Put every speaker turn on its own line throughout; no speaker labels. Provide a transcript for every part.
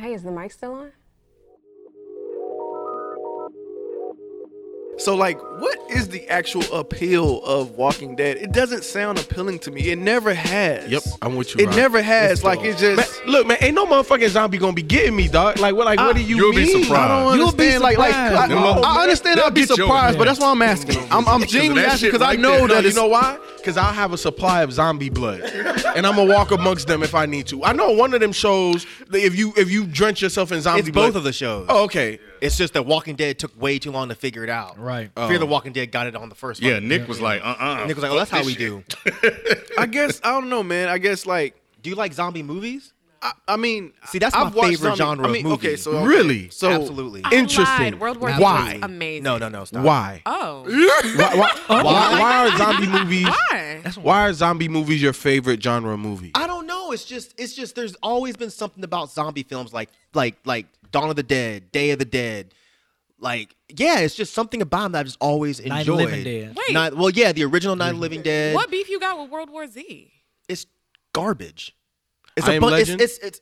Hey, is the mic still on?
So, like, what is the actual appeal of Walking Dead? It doesn't sound appealing to me. It never has.
Yep, I'm with you.
It
Rod.
never has.
It's
like,
dope.
it's just. Ah,
Man, look, man, ain't no motherfucking zombie gonna be getting me, dog. Like, what? Like, what do you
you'll be
mean?
surprised.
I don't
You'll
understand. like, like I,
surprised. Them
I understand.
motherfuckers-
I'll be
they'll get your
surprised, but
ass.
that's why I'm asking. I'm, I'm
Because of
genuinely
that
asking
shit
because I
right
know
there. No,
that
you
it's-
know why? Because I have a supply of zombie blood, and I'm gonna walk amongst them if I need to. I know one of them shows that if you if you drench yourself in zombie
It's
blood,
both of the shows.
Oh, okay.
It's just that Walking Dead took way too long to figure it out.
Right.
Fear the Walking Dead got it on the first
Yeah,
one.
Nick was like, uh, uh
Nick was like, oh, that's how we do.
I guess I don't know, man. I guess like
Do you like zombie movies?
I, I mean,
See, that's my
I've watched
favorite
zombie-
genre
I
of
mean,
movie.
Okay, so okay,
Really?
so
Absolutely.
I
Interesting.
lied. World War
Now,
II
why?
was amazing.
No, no, no. Stop.
Why?
Oh,
why, why, why, why are zombie movies?
why?
Why are zombie movies your favorite genre of movie?
I don't know. It's just, it's just. There's always been something about zombie films, like, like, like Dawn of the Dead, Day of the Dead. Like, yeah, it's just something about them that I've just always enjoyed.
Night of the Living Dead.
Wait.
Night- well, yeah, the original Night of the Living Dead.
What beef you got with World War Z?
It's garbage. It's
I Am
bunch. It's,
Legend?
it's, it's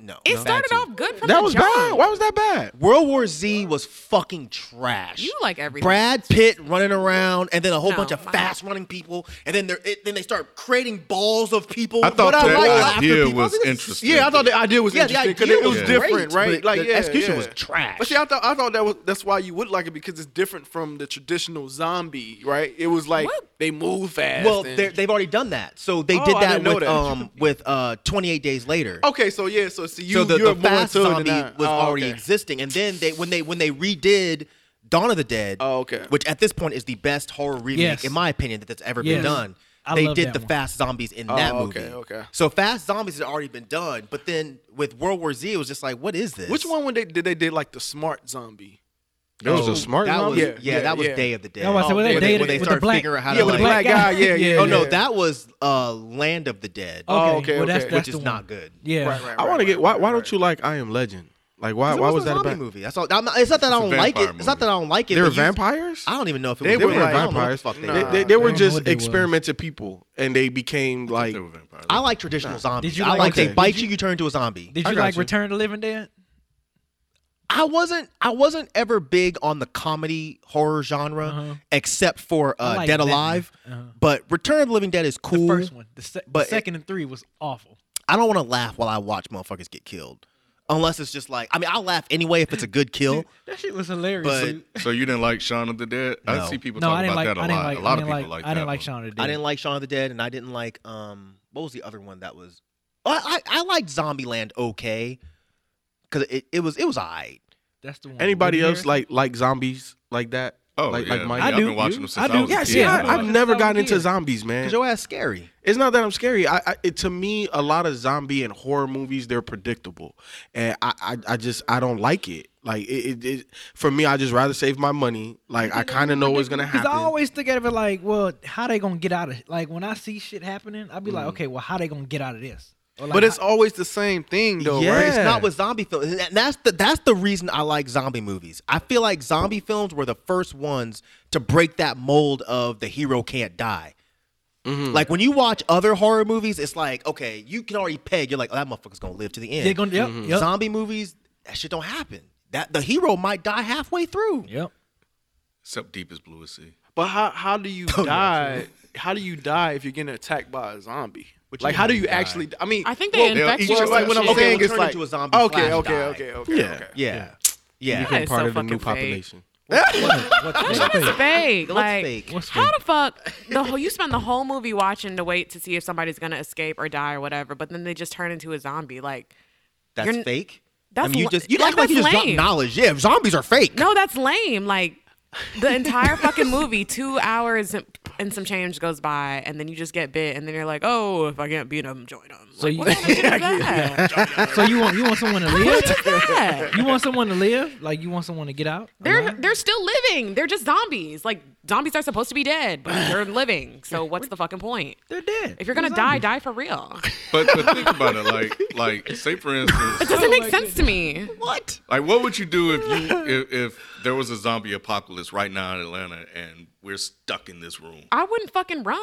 no.
It
no.
started off good from
that
the
was
jump.
bad. Why was that bad?
World War Z was fucking trash.
You like everything.
Brad Pitt running around, and then a whole
No,
bunch of
mine-
fast running people, and then they're it, then they start creating balls of people.
I thought
But
that
like laughing
idea
people. I
was
like, this is-
interesting.
Yeah, I thought the idea was
Yeah, the
interesting because
idea
it was
was
different,
great,
right?
but the
yeah,
execution
yeah.
was trash.
But see, I thought I thought that was that's why you would like it because it's different from the traditional zombie, right? It was like
What?
they move fast.
Well,
and-
they're- they've already done that, so they
Oh,
did
I
that
didn't know
with
that.
um with uh 28 days later.
okay, so yeah, so see, you
so the,
you're
the
more
fast
into it than
zombie
I-
was
oh,
already
okay.
existing, and then they when they when they redid Dawn of the Dead,
Oh, okay.
which at this point is the best horror remake
Yes.
in my opinion that that's ever
Yes.
been done.
I
they
love
did
that
the
one.
fast zombies in that
Oh, okay,
movie.
okay.
So fast zombies had already been done, but then with World War Z, it was just like, what is this?
Which one when they did they did like the smart zombie?
That was a smart
That was
zombie.
yeah,
Yeah, yeah,
that was
yeah.
Day of the Dead.
That's why I said, well,
Where
that
they,
Day
where
of
they
the- with
start
the black-
figuring out how
yeah,
to
with
like.
the black guy. Yeah, yeah.
Yeah.
oh no,
yeah.
that was uh, Land of the Dead.
Okay,
Oh, okay,
well, that's,
okay.
that's
Which
the
is
one.
not good.
Yeah.
Right, right,
I want
right,
to get. Why,
right,
why
right,
don't you like I Am Legend? Like why?
It
Why
was,
was
a
that
zombie
about?
movie? That's all. I'm not, it's not that I
It's a
don't like it.
vampire
It's not
movie.
that I don't like it.
They were
but you-
vampires.
I don't even know if it
They
was.
were
They were
like-
I don't know what the
vampires.
fuck they
They,
were.
they- they were
don't know
just
what they was.
experimental people, and they became like.
They were vampires.
I like traditional zombies.
Did you
I
like-
like
Okay.
they bite
Did
you, you turn into a zombie.
Did
I
you
got
like
you.
Return to Living Dead?
I wasn't I wasn't ever big on the comedy horror genre except for
Uh-huh. I
uh,
like
Dead
that one.
Alive.
Uh-huh.
But Return of the Living Dead is
The
cool.
first one. The, se- the
but-
second and three was awful.
I don't want to laugh while I watch motherfuckers get killed. Unless it's just like I mean I'll laugh anyway if it's a good kill.
That shit was hilarious.
But-
dude.
So you didn't like Shaun of the Dead?
No.
I see people
no,
talk
I didn't
about
like.
that a
I didn't
lot.
like.
a lot
I didn't
of people
like.
like
I
that
didn't like
one.
Shaun of the Dead.
I didn't like Shaun of the Dead and I didn't like um what was the other one that was Oh, I I, I liked Zombieland okay. Cause it, it was it was alright.
That's the one.
Anybody
Woody
else
Harrelson?
like like zombies like that?
Oh,
like,
yeah.
like Mike.
I
I
I've
do.
been watching
You-
them since
I
I
do.
was a
yeah,
kid.
see,
Yeah,
I,
but-
I've
like-
never
Since I
gotten
was a
into
kid.
zombies, man.
Cause your ass scary.
It's not that I'm scary. I, I it, to me, a lot of zombie and horror movies they're predictable, and I I, I just I don't like it. Like it, it, it for me, I just rather save my money. Like I kind of know what's gonna
Because
happen.
I always think of it like, well, how they gonna get out of like when I see shit happening, I'd be like, okay, well, how they gonna get out of this? Or like,
But it's
how-
always the same thing though,
Yeah.
right?
It's not with zombie films. And that's the that's the reason I like zombie movies. I feel like zombie films were the first ones to break that mold of the hero can't die. Like when you watch other horror movies, it's like, okay, you can already peg. You're like, oh, that motherfucker's gonna live to the end.
They're gonna- yep, yep.
Zombie movies, that shit don't happen. That the hero might die halfway through.
yep.
Except Deep is Blue as Sea.
But how how do you die? How do you die if you're getting attacked by a zombie? like how do you actually? I mean,
I think they
they'll
infect
eat
you.
you
or
well, like
like
what
some
I'm
shit.
shit.
saying
will
is
turn
like
into a zombie
okay,
slash
okay,
die.
okay, okay,
Yeah.
okay.
Yeah, yeah.
become
is
part
so
of the new
fucking fake.
population.
That shit is fake. Like,
fake? What's
how the fuck the whole you spend the whole movie watching to wait to see if somebody's gonna escape or die or whatever, but then they just turn into a zombie. Like,
That's
You're-
fake.
that's
I mean, you
la-
just you
like,
act like you
that's
just dropped
lame.
knowledge. Yeah, zombies are fake.
no, that's lame. Like, the entire fucking movie, two hours and and some change goes by, and then you just get bit, and then you're like, oh, if I can't beat him, join him.
So
like,
you-
what kind of shit is that?
So you want you want someone to
What is
live?
that?
You want someone to live? Like you want someone to get out?
They're
alive?
they're still living. They're just zombies. Like zombies are supposed to be dead, but they're living. So what's the fucking point?
they're dead.
If you're gonna
They're
die,
zombies.
die for real.
But but think about it, like like say for instance,
Doesn't make sense to me. What?
like what would you do if you if, if there was a zombie apocalypse right now in Atlanta and we're stuck in this room?
I wouldn't fucking run.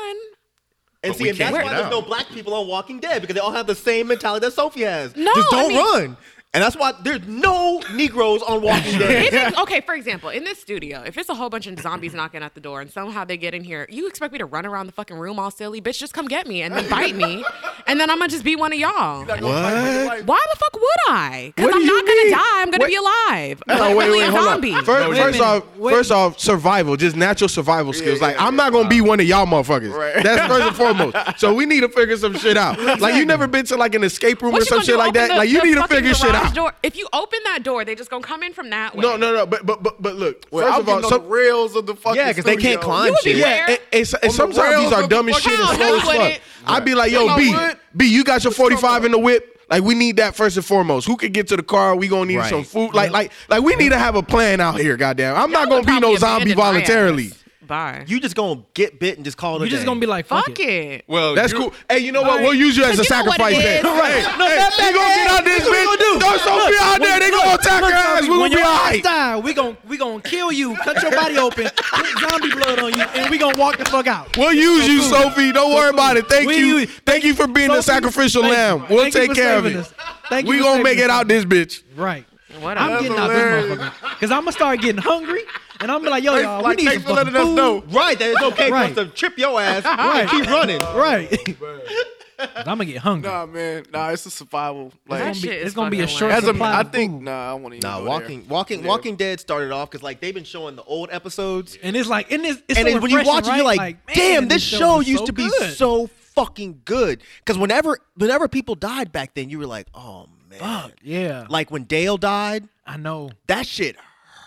And
But
see,
we
and that's
can't
why
get
there's
out.
no black people on Walking Dead because they all have the same mentality that Sophie has.
No,
just
I
don't
mean-
run. And that's why there's no Negroes on Walking Dead.
If it's, okay, for example, in this studio, if it's a whole bunch of zombies knocking at the door and somehow they get in here, you expect me to run around the fucking room all silly? Bitch, just come get me and then bite me, and then I'm gonna just be one of y'all. Why the fuck would I? Because
What do
I'm
you
not gonna
mean?
die. I'm gonna
Wait-
be alive. I'm
No, wait,
really
wait,
a
hold
zombie.
on. First,
Wait a
first
minute.
off,
Wait.
first off, survival, just natural survival skills. like I'm not gonna be one of y'all motherfuckers.
Right.
That's first and foremost. So we need to figure some shit out. Like you never been to like an escape room
What
or
you
some
gonna
shit
do,
like
open
that.
the-
like you
the
need to
fucking
figure shit
garage
out.
Door. If you open that door, they just gonna come in from that way.
No, no, no. But but but, but look.
Well,
first
I'm
of all,
getting
some,
on the rails of the fucking.
Yeah, 'cause they
studio.
can't climb
You would be
shit.
weird.
Yeah, and, and, so-
On
and
the
sometimes these
rails
are
of the
dumb as shit and
fucking-
slow as
Hell, no,
fuck.
it
I'd be like, yo,
Hell,
B,
what?
B, you got your
trouble?
45 in the whip. Like we need that first and foremost. Who could get to the car? We gonna need
Right.
some food. Like, like, like we need to have a plan out here. Goddamn, I'm not
Y'all
gonna
would
be no
probably
zombie
abandon my
voluntarily.
ass. Bye.
you just gonna get bit and just call it.
You're
a
just
day.
gonna be like fuck,
fuck it.
Well,
Oh,
That's
you-
cool. Hey, you know what? We'll use you as a
Cause you know what
sacrifice
it
then.
is.
Right.
No,
hey,
that
we gonna
back
get out
ass.
this
That's what we
bitch.
gonna do.
Don't so be out there. They gonna attack her ass. We gonna
when
be
your
all
ass
right.
die, we gon' we gon' kill you, cut your body open, put zombie blood on you, and we gonna walk the fuck out.
We'll use you, Sophie. Don't worry about it. Thank
We'll
you.
use-
Thank you for being the
Sophie,
sacrificial
thank you.
lamb. We'll
Thank you
take
for
care of
saving
it.
us. Thank you
We
for
gonna
saving
make it
us.
out this bitch.
Right.
What
I'm getting out this motherfucker. Cause I'm gonna start getting hungry and I'm gonna be like, yo, y'all, we
Like,
need
thanks
some
for letting
fucking
us
food.
know.
Right, that it's okay
oh. Right.
for us to trip your ass and keep running.
Right. I'm gonna get hungry.
Nah, man. Nah, it's a survival.
That
Like,
shit is
it's gonna be a
fucking
short
lame.
as a,
supply
I
of
think.
food.
Nah, I want to.
Nah, Walking, Walking, Walking Dead started off because like they've been showing the old episodes,
And it's like, and it's, it's
and
so
then when you
refreshing,
watch it,
right?
you're like,
man,
"Damn, this show
was
used
so
to be
good."
so fucking good." Because whenever, whenever people died back then, you were like, "Oh man,
Fuck, yeah.
Like when Dale died,
I know,
that shit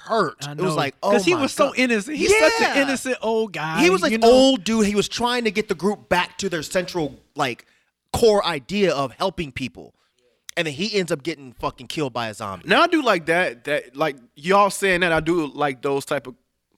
hurt.
I know.
It was like, "Oh,
he
my
was so
God.
innocent. He's such
Yeah.
an innocent old guy.
He was like
you know?
old dude. He was trying to get the group back to their central like core idea of helping people, and then he ends up getting fucking killed by a zombie.
Now I do like that. That like y'all saying that I do like those type of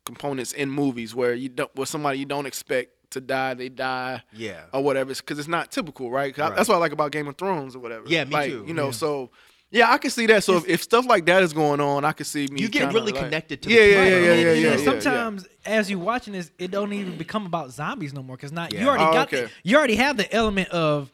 components in movies where you don't where somebody you don't expect to die they die.
Yeah.
Or whatever, because it's not typical, right? 'Cause I- that's what I like about Game of Thrones or whatever.
Yeah, me
Like,
too.
You know, so. Yeah, I can see that. So if, if stuff like that is going on, I can see me.
You get
kinda,
really
like-
connected to the
Yeah, yeah,
character.
yeah, yeah,
And,
yeah,
and
yeah.
then
yeah.
sometimes, as you watching this, it don't even become about zombies no more. Cause not
Yeah.
you already
Oh,
got
okay.
the, you already have the element of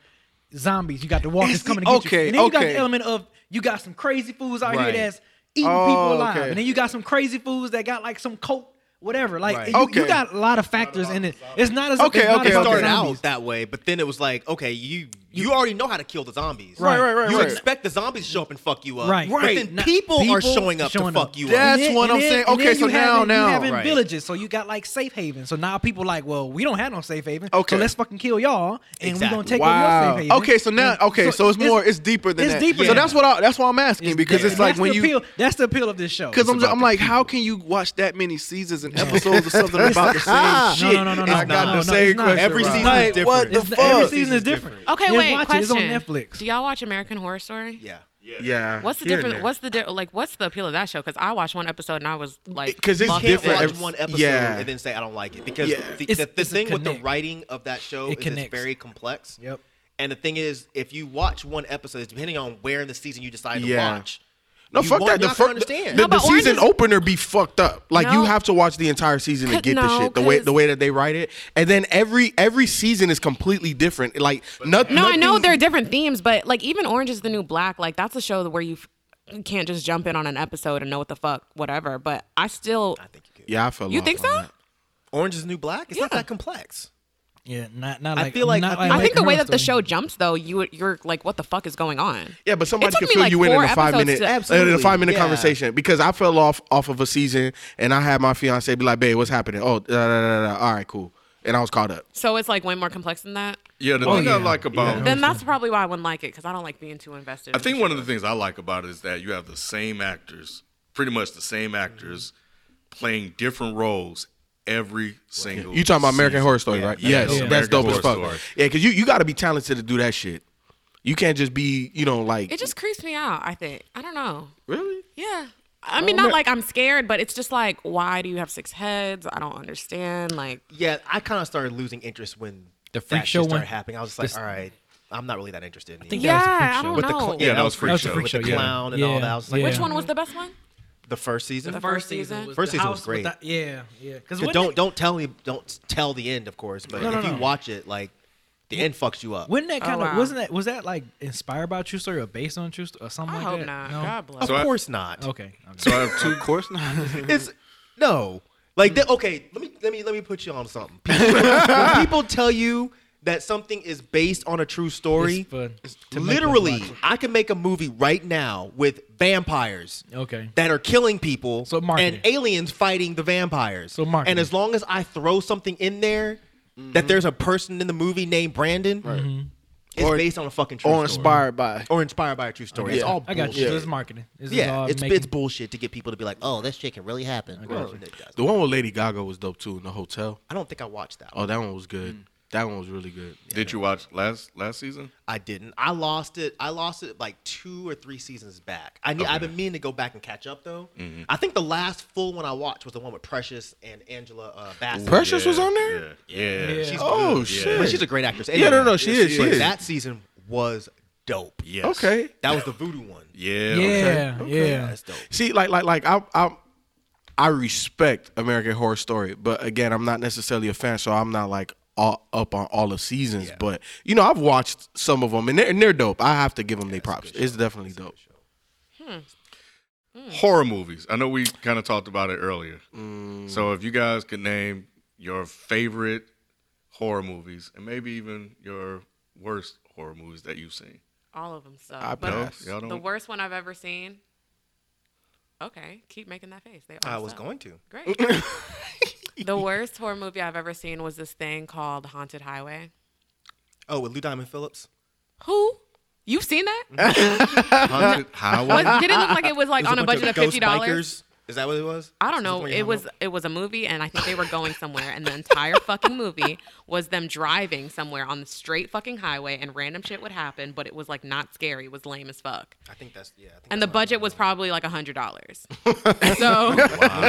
zombies. You got the walkers
It's the-
coming to get
okay,
you, and then you got
okay.
the element of you got some crazy fools out
Right.
here that's eating
Oh,
people alive,
okay.
and then you got some crazy fools that got like some coat. Whatever, like
Right.
you,
Okay.
you got a lot of factors in it. It's not as
Okay,
it's not
okay,
about the
okay.
started
zombies.
out that way, but then it was like, okay, you you already know how to kill the zombies.
Right, right,
right,
You
right.
expect the zombies to show up and fuck you up.
Right,
But
right.
then
Not-
people, are
people
showing up
showing
to
up.
fuck you
That's
up.
And then-
what
and
I'm
then-
saying.
and
Okay,
then
so
you
now-
having,
now.
you having
Right.
villages, so you got like safe haven. So now people like, well, we don't have no safe haven.
Okay.
so let's fucking kill y'all, and we
Exactly.
gonna take
Wow.
over your safe haven.
Okay, so now,
And
okay, so, it's more, it's, deeper than
it's
that.
deeper
So
than
that's what I, that's why I'm asking because
that.
it's like
That's
when
the
you
appeal, that's the appeal of this show.
Because I'm,
about
I'm
the
like, how can you watch that many seasons and episodes of something about the same
no,
shit?
no, no, no, no,
I
no,
got
no,
the
no,
same
it's not.
question,
Every
Rob.
season
Like,
is
different. what the
It's- Every
fuck?
season is different.
Okay,
Just
wait.
watch it. It's
question.
on Netflix.
Do y'all watch American Horror Story?
Yeah.
Yeah.
What's the
here and
difference?
there.
What's the di- like? What's the appeal of that show? Because I watched one episode and I was like,
Because it's
fuck
Can't
different.
watch
every-
one episode
yeah.
and then say I don't like it because
Yeah.
the,
It's-
the, the
it's a
thing with the
connect.
writing of that show
It
is it's
connects.
very complex.
Yep.
And the thing is, if you watch one episode, it's depending on where in the season you decide to
Yeah.
watch.
No,
you
fuck
won't-
that. The,
not
fir-
gonna understand.
the,
No,
the
but Orange
season
is-
opener be fucked up. Like
No.
you have to watch the entire season to
Could-
get the
no,
shit. The way
'cause-
the way that they write it, and then every every season is completely different. Like noth-
No, I
nothing.
know there are different themes, but like even Orange is the New Black, like that's a show where you f- can't just jump in on an episode and know what the fuck, whatever. But I still,
I think you could.
Yeah, I fell
you
off
think
on
so?
that.
Orange is the New Black. It's not
Yeah.
that complex.
Yeah, not not
I
like.
feel like-
not
I feel
I think the
American
way
Horror
that the
Story.
show jumps though, you you're like, what the fuck is going on?
Yeah, but somebody
took
can
me,
fill
like,
you in in
four
a five
episodes
minute
to-
in a
Absolutely,
five minute
yeah.
conversation because I fell off off of a season and I had my fiance be like, "Babe, what's happening?" Oh, da, da, da, da, da. all right, cool, and I was caught up.
So it's like way more complex than that.
yeah,
Oh,
the thing I like about
Then that's probably why I wouldn't like it because I don't like being too invested.
I think one of the things I like about it is that you have the same actors, pretty much the same actors, playing different roles every single.
You talking about American
season.
Horror Story,
Yeah,
right?
yeah,
Yes,
American
that's dope
Horror
as fuck.
Story.
Yeah, because you you got to be talented to do that shit. You can't just be you know like
It just creeps me out. I think I don't know.
really.
Yeah. I mean, not like I'm scared, but it's just like, why do you have six heads? I don't understand. Like,
Yeah, I kind of started losing interest when the
freak
freak
show
show
one?
started happening. I was just like,
This-
all right, I'm not really that interested. In
think
you.
that was the freak
yeah, I
show.
don't
With the
know.
cl-
Yeah, that was
Freak
Freak
Show.
Show.
with the
yeah.
clown and all
Yeah,
that. I was like,
yeah.
Which one was the best one?
the first season.
The first season.
First season was great.
yeah, yeah. Because
But don't don't tell me don't tell the end, of course. But
No, no,
if you
no.
watch it, like the end fucks you up.
Wouldn't that
Oh,
kind of
wow.
wasn't that was that like inspired by a true story or based on a true story or something
I
like
hope
that?
not.
No?
God bless.
of
So I-
course not.
Okay. okay.
So I have two.
Of course not.
It's no. Like that, okay, let me let me let me put you on something. People, when people tell you that something is based on a true story,
It's fun to make them
literally,
watch it.
I can make a movie right now with vampires
Okay.
that are killing people
So
and
marketing.
aliens fighting the vampires.
So marketing.
and as long as I throw something in there that there's a person in the movie named Brandon,
Mm-hmm.
it's
Or-
based on a fucking true
or
story.
inspired by.
or inspired by a true story. It's all
I got you.
bullshit.
So it's marketing. This is
Yeah,
all
it's
making-
it's bullshit to get people to be like, "Oh, this shit can really happen." Well, it doesn't.
The one with Lady Gaga was dope too in the hotel.
I don't think I watched that. one.
Oh, that one was
Mm.
good. That one was really good.
Did you watch last last season?
I didn't. I lost it. I lost it like two or three seasons back. I need, I've been meaning to go back and catch up though.
Mm-hmm.
I think the last full one I watched was the one with Precious and Angela uh, Bassett.
Precious was on there.
Yeah. Yeah.
She's
Oh
good.
shit.
But she's a great actress.
Yeah, no, no,
Anyway,
she is, she
but
is.
That season was dope.
Yes.
okay.
That was the voodoo one.
Yeah. okay.
Yeah, yeah.
That's dope.
See, like, like, like, I, I, I respect American Horror Story, but again, I'm not necessarily a fan, so I'm not like all up on all the seasons. But you know, I've watched some of them, and they're, and they're dope. I have to give them their props. It's definitely dope.
Horror movies. I know we kind of talked about it earlier. So if you guys could name your favorite horror movies and maybe even your worst horror movies that you've seen.
All of them suck.
I
but
pass. Y'all
the
don't-
worst one I've ever seen. Okay, keep making that face. They all
I was
suck.
going to.
Great. the worst horror movie I've ever seen was this thing called Haunted Highway.
Oh, with Lou Diamond Phillips.
Who? You've seen that?
Haunted Highway.
Was- did it look like it was like
There's
on a,
bunch
budget of
ghost
fifty dollars?
bikers. Is that what it was?
I don't
Is that the
know.
one you
It
hung
was
up?
it was a movie, and I think they were going somewhere, and the entire fucking movie was them driving somewhere on the straight fucking highway, and random shit would happen, but it was like not scary. It was lame as fuck.
I think that's yeah. I think
And the
that's what
budget
it
was probably like a hundred dollars, so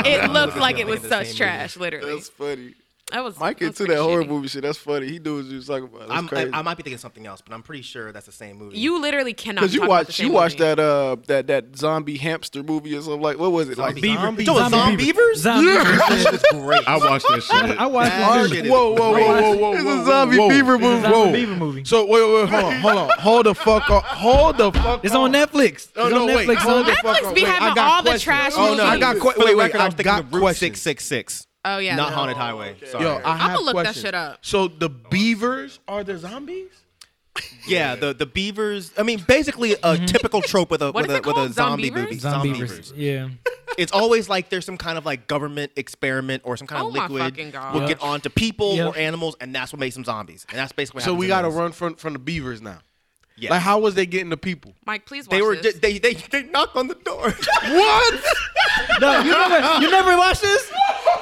it looked like it was
Thinking the
such
same
trash. Literally,
That's funny.
that was
Mike
that was
into
pretty
that horror
shitty.
movie shit. That's funny. He knows what you was talking about. That's
I'm,
crazy.
I, I might be thinking something else, but I'm pretty sure that's the same movie.
You literally cannot.
Cause you
talk about the
watch you
same
watch
movie.
that uh that that zombie hamster movie or something like what was it
Zombie
like?
Beaver. Yo, Zombie Beavers?
Zombie Beavers.
That shit is great.
I watched that shit.
I watched
That
that
shit
shit.
is
Whoa, whoa, whoa,
great.
whoa, whoa,
It's a
whoa,
zombie
whoa.
beaver movie.
Zombie
Whoa.
Beaver movie.
So wait, wait, wait, hold on, hold on, hold the fuck up, hold the fuck.
It's on Netflix. It's
Oh,
on
no, wait.
Netflix.
Hold
son.
the fuck
Netflix
up.
be
Wait,
having
I got
all the
questions.
trash
Oh no, I got
movies.
que-
For the
wait, wait,
record, I
I
was thinking
got
of Route
questions.
666.
Oh yeah,
Not
no.
Haunted Highway. Sorry.
Yo, I have
I'ma look that
questions.
shit up.
So the beavers are the zombies?
yeah, the the beavers. I mean, basically a typical trope with a
What
with
is
a
it
with a
called?
zombie
Zombievers?
movie.
Zombie
Mm-hmm. Zombievers.
Beavers. Yeah.
It's always like there's some kind of like government experiment or some kind
Oh
of
my
liquid
fucking God.
will get onto people
Yeah.
or animals, and that's what makes them zombies. And that's basically what
So
happens
we
in
got to
those.
run from from the beavers now.
Yes.
Like how was they getting the people?
Mike, please watch
They were
this.
just, they they they knock on the door.
What?
No, you never, you never watched this?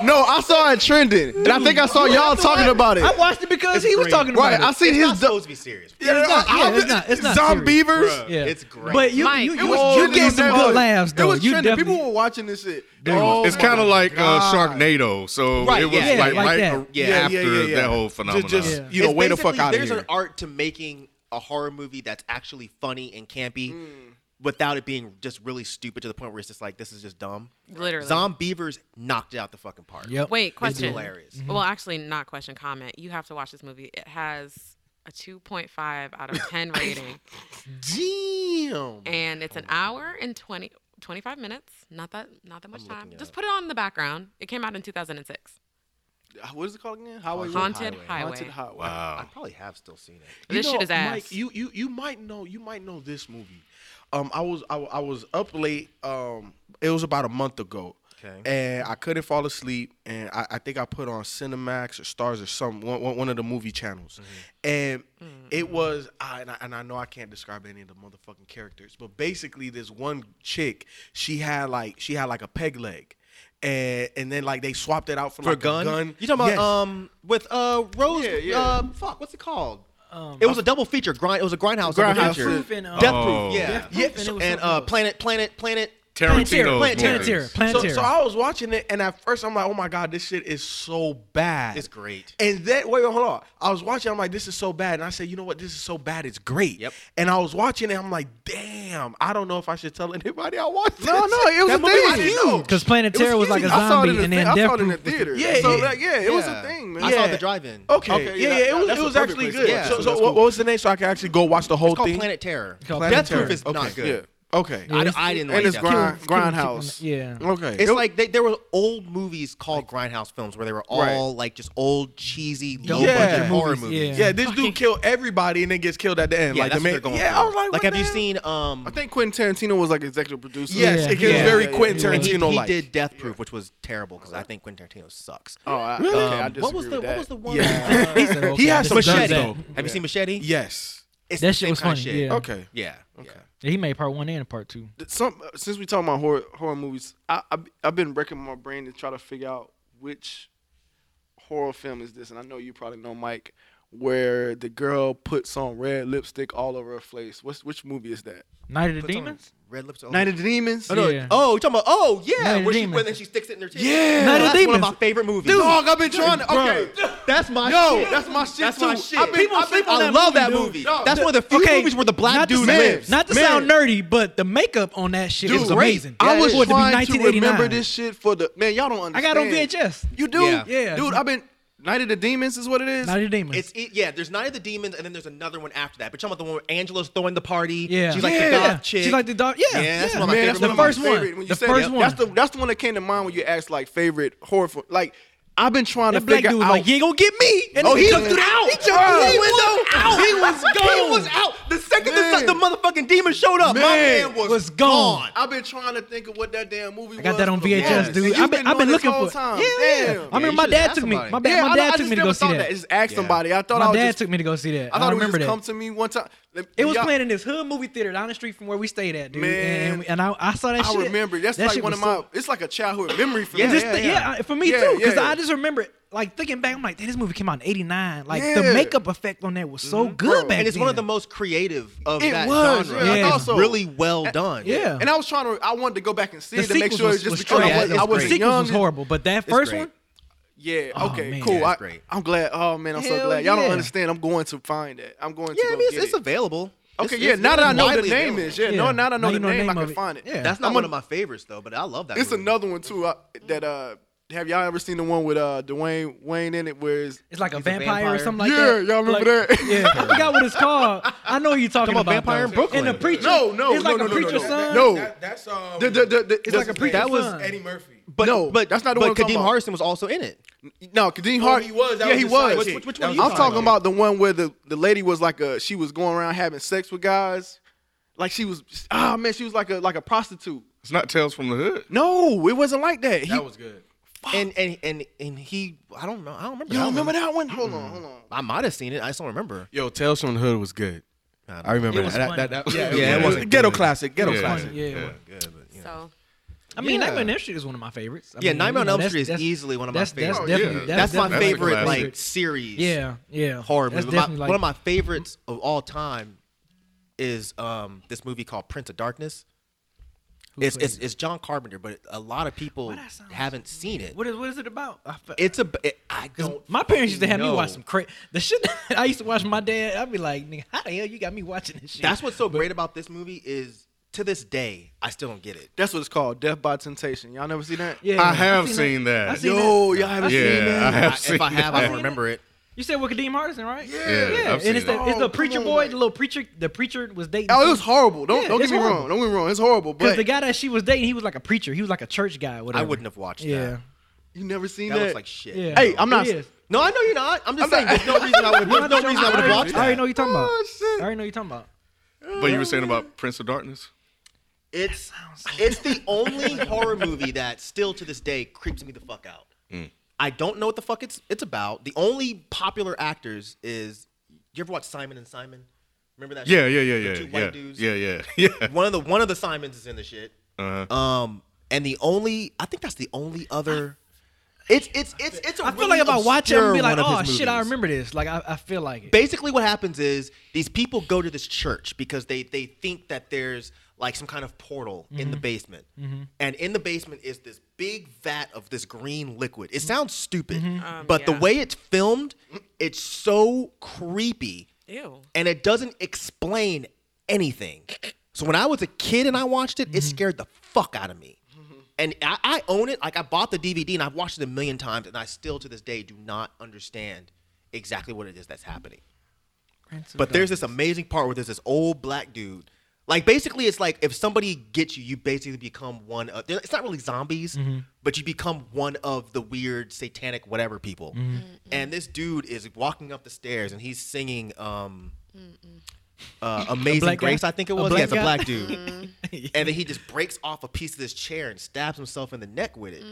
No, I saw it trending, and I think I saw y'all talking about it.
I watched it because he was
great.
talking about
Right,
it.
I seen
it's
his.
not supposed to be serious.
Yeah,
It's not- yeah, it's not- it's not
Zombievers.
Yeah.
It's great.
But you,
Mike,
you,
it
you,
was
you
trending
gave
on
some
Netflix.
good laughs,
It
though.
was
You
trending.
definitely,
People were watching this shit. Oh
it's kind of like uh, Sharknado. So
Right,
it was
yeah. Yeah,
like,
like
right
that.
ar-
Yeah,
after
yeah, yeah, yeah.
that whole
Just-
phenomenon.
just-
Yeah.
you know,
It's
way the fuck
basically-
out of
There's
here.
an art to making a horror movie that's actually funny and campy
Mm.
without it being just really stupid to the point where it's just like this is just dumb.
Literally.
Zombievers knocked it out the fucking park.
Yep.
Wait, question. Mm-hmm.
hilarious.
Well, actually, not question, comment. You have to watch this movie. It has a 2.5 out of 10 rating,
Damn.
and it's an hour and 20, 25 minutes. Not that, not that much time. Just put it on in the background. It came out in 2006.
What is it called again? Oh, Highway.
Haunted Highway.
Haunted Highway.
I probably have still seen it.
This
you know,
shit is ass.
Mike, you you you might know you might know this movie. Um, I was I, wa- I was up late. Um, it was about a month ago.
Okay.
And I couldn't fall asleep, and I, I think I put on Cinemax or Stars or some one, one one of the movie channels,
Mm-hmm.
and
Mm.
it was I and, I and I know I can't describe any of the motherfucking characters, but basically this one chick, she had like she had like a peg leg, and and then like they swapped it out for,
for
like
gun.
a gun.
You talking about
Yes.
um with uh Rose?
Yeah, yeah.
Uh, fuck, what's it called?
Um,
it was a double feature. Grind. It was a grindhouse. double
Grindhouse.
feature.
Death
Proof and, um,
Death
Oh.
proof. Yeah.
Death Proof
yeah. so- and
and it was something
uh,
else.
Planet, Planet, Planet.
Tarantino.
Planet Terror, Planet
movies.
Terror,
So,
Planetary.
so I was watching it, and at first I'm like, "Oh my god, this shit is so bad."
It's great.
And then wait, wait, hold on. I was watching. I'm like, "This is so bad," and I said, "You know what? This is so bad. It's great."
Yep.
And I was watching it. I'm like, "Damn, I don't know if I should tell anybody I watched."
No,
this."
no, it was
That
a
movie
thing.
I didn't know.
Because Planet
It was
Terror was like a
huge.
I saw it
zombie,
in
and
the,
then
I
Death
saw it in the
Proof. was-
theater.
Yeah,
so
yeah.
like, yeah, it was a
Yeah.
thing, man.
I saw
Yeah. Oh,
it the drive-in.
Okay.
Okay,
yeah,
yeah,
yeah,
that-
It was,
that's
it
a
was
perfect
actually
place to
good.
watch it.
So, so
So that's
what,
cool.
what was the name so I could actually go watch the whole
It's called
thing?
Planet Terror.
called
Death
Planet
Proof
Terror.
is not good.
Yeah. Okay.
I, I didn't like
And it's
that.
grind,
Kill- kill-
grindhouse.
Yeah.
Okay.
It's like they, there were old movies called grindhouse films where they were all
Right.
like just old cheesy low
Yeah.
budget horror
Movies,
movies.
yeah, this dude killed everybody and then gets killed at the end.
Yeah,
like
that's
the
what
man.
they're going
yeah,
for.
I was like,
like,
what
have
the
you
hell?
seen? Um,
I think Quentin Tarantino was like executive producer.
Yes,
Yeah.
it gets
Yeah.
very
Yeah, yeah,
Quentin
he,
Tarantino
he
like.
did Death Proof, which was terrible because I think Quentin Tarantino sucks.
Oh, I, really? okay, I
Um, what was
disagree
the
with that.
What was the one?
I said, okay,
He
I
has some
disagree
guns
with
Machete.
that.
though.
Have you seen Machete?
Yes.
It's
That
the
shit
same
was
kinda
funny,
shit.
yeah.
Okay.
Yeah. yeah.
He made part one and part two.
some since we talking about horror horror movies, I, I I've been wrecking my brain to try to figure out which horror film is this, and I know you probably know Mike, where the girl puts on red lipstick all over her face. What's which movie is that?
Night of the Demons.
Red lips.
Night of the Demons.
no, Yeah.
Oh, you're talking about? Oh
Night
yeah,
of
where
the
she
Demons.
where then she sticks it in her teeth.
Yeah.
Night of
that's
the
one of my
Demons.
favorite movies.
Dog, I've been trying to. Okay,
that's my
yo,
shit.
that's my shit
That's
too.
my shit.
I've been,
People
I've been,
sleep on I
I
love
love
that
dude.
movie.
Dog,
That's one of the few movies where the black
not to
dude
sound-
lives.
Not to
Man.
sound nerdy, but the makeup on that shit
dude,
was amazing.
I was
For it to be
trying to
1989.
remember this shit for the man. Y'all don't
I
understand.
got on VHS.
You do,
Yeah.
Yeah.
dude. I've been Night of the Demons is what it is.
Night of the Demons.
It's it, yeah. There's Night of the Demons, and then there's another one after that. But you're talking about the one where Angela's throwing the party.
yeah.
she's like
yeah.
the goth chick.
She's like the dog. Yeah.
Yeah, that's
yeah.
one of my
Man,
favorite
that's
movies.
one of my
First one.
favorite. When you
The
said
first
that,
one.
That's the that's the one that came to mind when you asked like favorite horror. Film. Like I've been trying
That
to
black
figure
dude was
out.
like, you ain't gonna get me. And
Oh,
then
he
jumped
jumped
through the-
out.
He jumped through the window.
out. He was gone. He was out. The second the,
Man.
the motherfucking demon showed up, my
Man.
man was,
Was gone.
I've been trying to think of what that damn movie.
I got that on VHS,
Yes.
dude.
You've
I've been, I've been looking for. it.
Time.
Yeah, yeah.
Damn.
I
you
remember my
should've
dad
asked
took me.
somebody.
My, ba-
Yeah,
my
I- I
dad took
just
me to
never
go see
thought
that.
I just asked somebody. I thought I
My
was
dad
just,
took me to go see that.
I
I,
thought it
remember
would just come
that.
to me one time. Let-
It was
y'all-
playing in this hood movie theater down the street from where we stayed at, dude. And-
Man.
and, we- and I, I saw that
I
shit.
remember. That's
That
like
shit
one of
was
my.
so-
It's like a childhood memory for
Yeah,
me.
just the- yeah, I- for me too, because
yeah.
I just remember it. Like thinking back, I'm like, "Damn, this movie came out in '89. Like the
Yeah. Mm-hmm.
makeup effect on that was so good back
and it's one of the
then.
most creative of
It
that
was,
genre.
yeah.
Like,
I thought
it's
so.
really well done.
Yeah.
And I was trying to. I wanted to go back and see
The
it to make
sequels
sure
was-
it's just
was
because
trash.
I was,
It's
I
the
was
great.
sequels
young.
was horrible, but that first
great.
one,
Yeah.
Oh,
Okay.
man.
cool.
Yeah, it's
I,
great.
I'm glad. Oh man, I'm so
Hell
glad. Y'all
yeah.
don't understand. I'm going to find it. I'm going to.
Yeah, I
go
mean, it's,
get
it's
it.
available.
Okay.
It's-
yeah.
it's-
Now
it's
that I know the
widely
name
available.
is, yeah.
Yeah.
No, now that I know
Now you
the
know the
name, I
name of
can
it.
find it.
Yeah.
That's not
I'm
one
a-
of my favorites though, but I love that.
It's
movie.
another one too. Uh, that uh, have y'all ever seen the one with uh Dwayne Wayne in it? Where it's
it's like a
He's a
vampire, or
vampire.
something like
Yeah,
that.
y'all remember
Like-
that?
Yeah, I forgot what it's called. I know what you're talking
Come on,
about.
Vampire in
though.
Brooklyn.
And the preacher.
No, no,
it's
no,
like
no,
a
no,
preacher
no, no.
son.
No.
that's um.
the, the, the, the, it's
like a preacher's
That was
son.
Murphy.
But
No,
but
that's not the
but
one I'm talking
Kadeem
about.
Harrison was also in it.
No, Kadeem Hart.
Oh,
he was. That
yeah,
was
he
his side
was.
chick.
Which- which one
That
you
was
I'm
his
talking
side
about the one where the, the lady was like a she was going around having sex with guys, like she was ah man she was like a like a prostitute.
It's not Tales from the Hood.
No, it wasn't like that. He,
chick. That was good.
And and and and he, I don't know, I don't remember.
you
that
don't remember
one.
that one? Hold on, hold on.
I might have seen it. I just don't remember.
Yo, Tales from the Hood was good. I remember
It was
that.
funny.
that, that, that.
Yeah, it
was
wasn't
ghetto
good.
classic. Ghetto classic.
Yeah.
So
I mean,
Yeah.
Nightmare on Elm Street is one of my favorites. I
Yeah,
mean,
Nightmare on
you know,
Elm
that's-
Street is
that's-
easily one of my
that's-
favorites.
That's
yeah.
Oh,
definitely
That's, my
definitely
favorite
a classic.
like series.
Yeah, yeah.
horror
That's
movie. My-
definitely,
one
like-
of my favorites of all time is um, this movie called Prince of Darkness. It's, it's it's John Carpenter, but a lot of people
Why that sounds
haven't seen it.
What is what is it about? I fe-
It's a it, I don't.
my parents used to have me
know.
watch some crazy the shit that I used to watch my dad. I'd be like, nigga, how the hell you got me watching this shit?
That's what's so great about this movie is to this day I still don't get it.
That's what it's called, Death by Temptation. Y'all never see that?
yeah.
I have
I've
seen,
seen
that.
I've seen
Yo, y'all haven't seen
yeah, I
that?
have
I,
seen.
if I have,
that.
I don't remember it.
You said with Kadeem Hardison, right? Yeah,
I've
and
seen
it's the
that.
it's
Oh,
the
come
preacher
on,
boy,
like-
the little preacher. The preacher was dating.
Oh, it was horrible. Don't
Yeah,
don't get
it's
me
horrible.
wrong. Don't get me wrong. It's horrible.
Because
But
the guy that she was dating, he was like a preacher. He was like a church guy. Whatever.
I wouldn't have watched
Yeah,
you never seen
that.
that.
That looks like shit.
yeah.
Hey, I'm not-
It is.
No, I know you're not. I'm just
I'm
saying.
not-
There's no reason I would. There's no reason I would have watched
I already
that.
know what you're talking about.
Oh, shit.
I already know what you're talking about.
But you were saying about Prince of Darkness.
It's it's the only horror movie that still to this day creeps me the fuck out.
Mm.
I don't know what the fuck it's it's about. The only popular actors is you ever watch Simon and Simon? Remember that?
Yeah,
shit?
yeah, yeah,
The
yeah,
two
yeah, Uh-huh.
white dudes.
yeah, yeah, yeah.
One of the one of the Simons is in the shit. Um, and the only I think that's the only other. It's it's it's it's. a
I feel
really
like if I watch it, I'm
obscure
be like,
one of
oh
his
shit, I
movies."
remember this. Like I, I feel like it.
Basically, what happens is these people go to this church because they they think that there's like some kind of portal in the basement, and in the basement is this big vat of this green liquid. It sounds stupid, but the
yeah.
way it's filmed, it's so creepy
Ew.
and it doesn't explain anything. So when I was a kid and I watched it, it scared the fuck out of me. And I, I own it. Like I bought the DVD and I've watched it a million times, and I still to this day do not understand exactly what it is that's happening. But there's this amazing part where there's this old black dude. Like basically, it's like if somebody gets you, you basically become one of. It's not really zombies,
Mm-hmm.
but you become one of the weird satanic whatever people.
Mm-hmm.
And this dude is walking up the stairs and he's singing um, uh, "Amazing
black guy?
Grace," I think it
A
was.
black
yeah, it's a
guy?
black dude. and then he just breaks off a piece of this chair and stabs himself in the neck with it.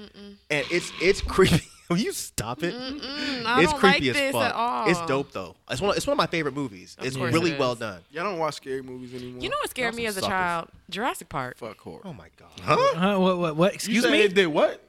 And it's it's creepy. Will you stop it?
I
it's
don't like
creepy as
this
fuck.
at all.
It's dope though. It's one. Of, it's one of my favorite movies. it's
course
really
it
well
is.
done.
Y'all don't watch scary movies anymore.
You know what scared me as a
suckers.
child? Jurassic Park.
Fuck horror.
Oh my god.
Huh? What? What? What?
You
Excuse
said
me.
it did what?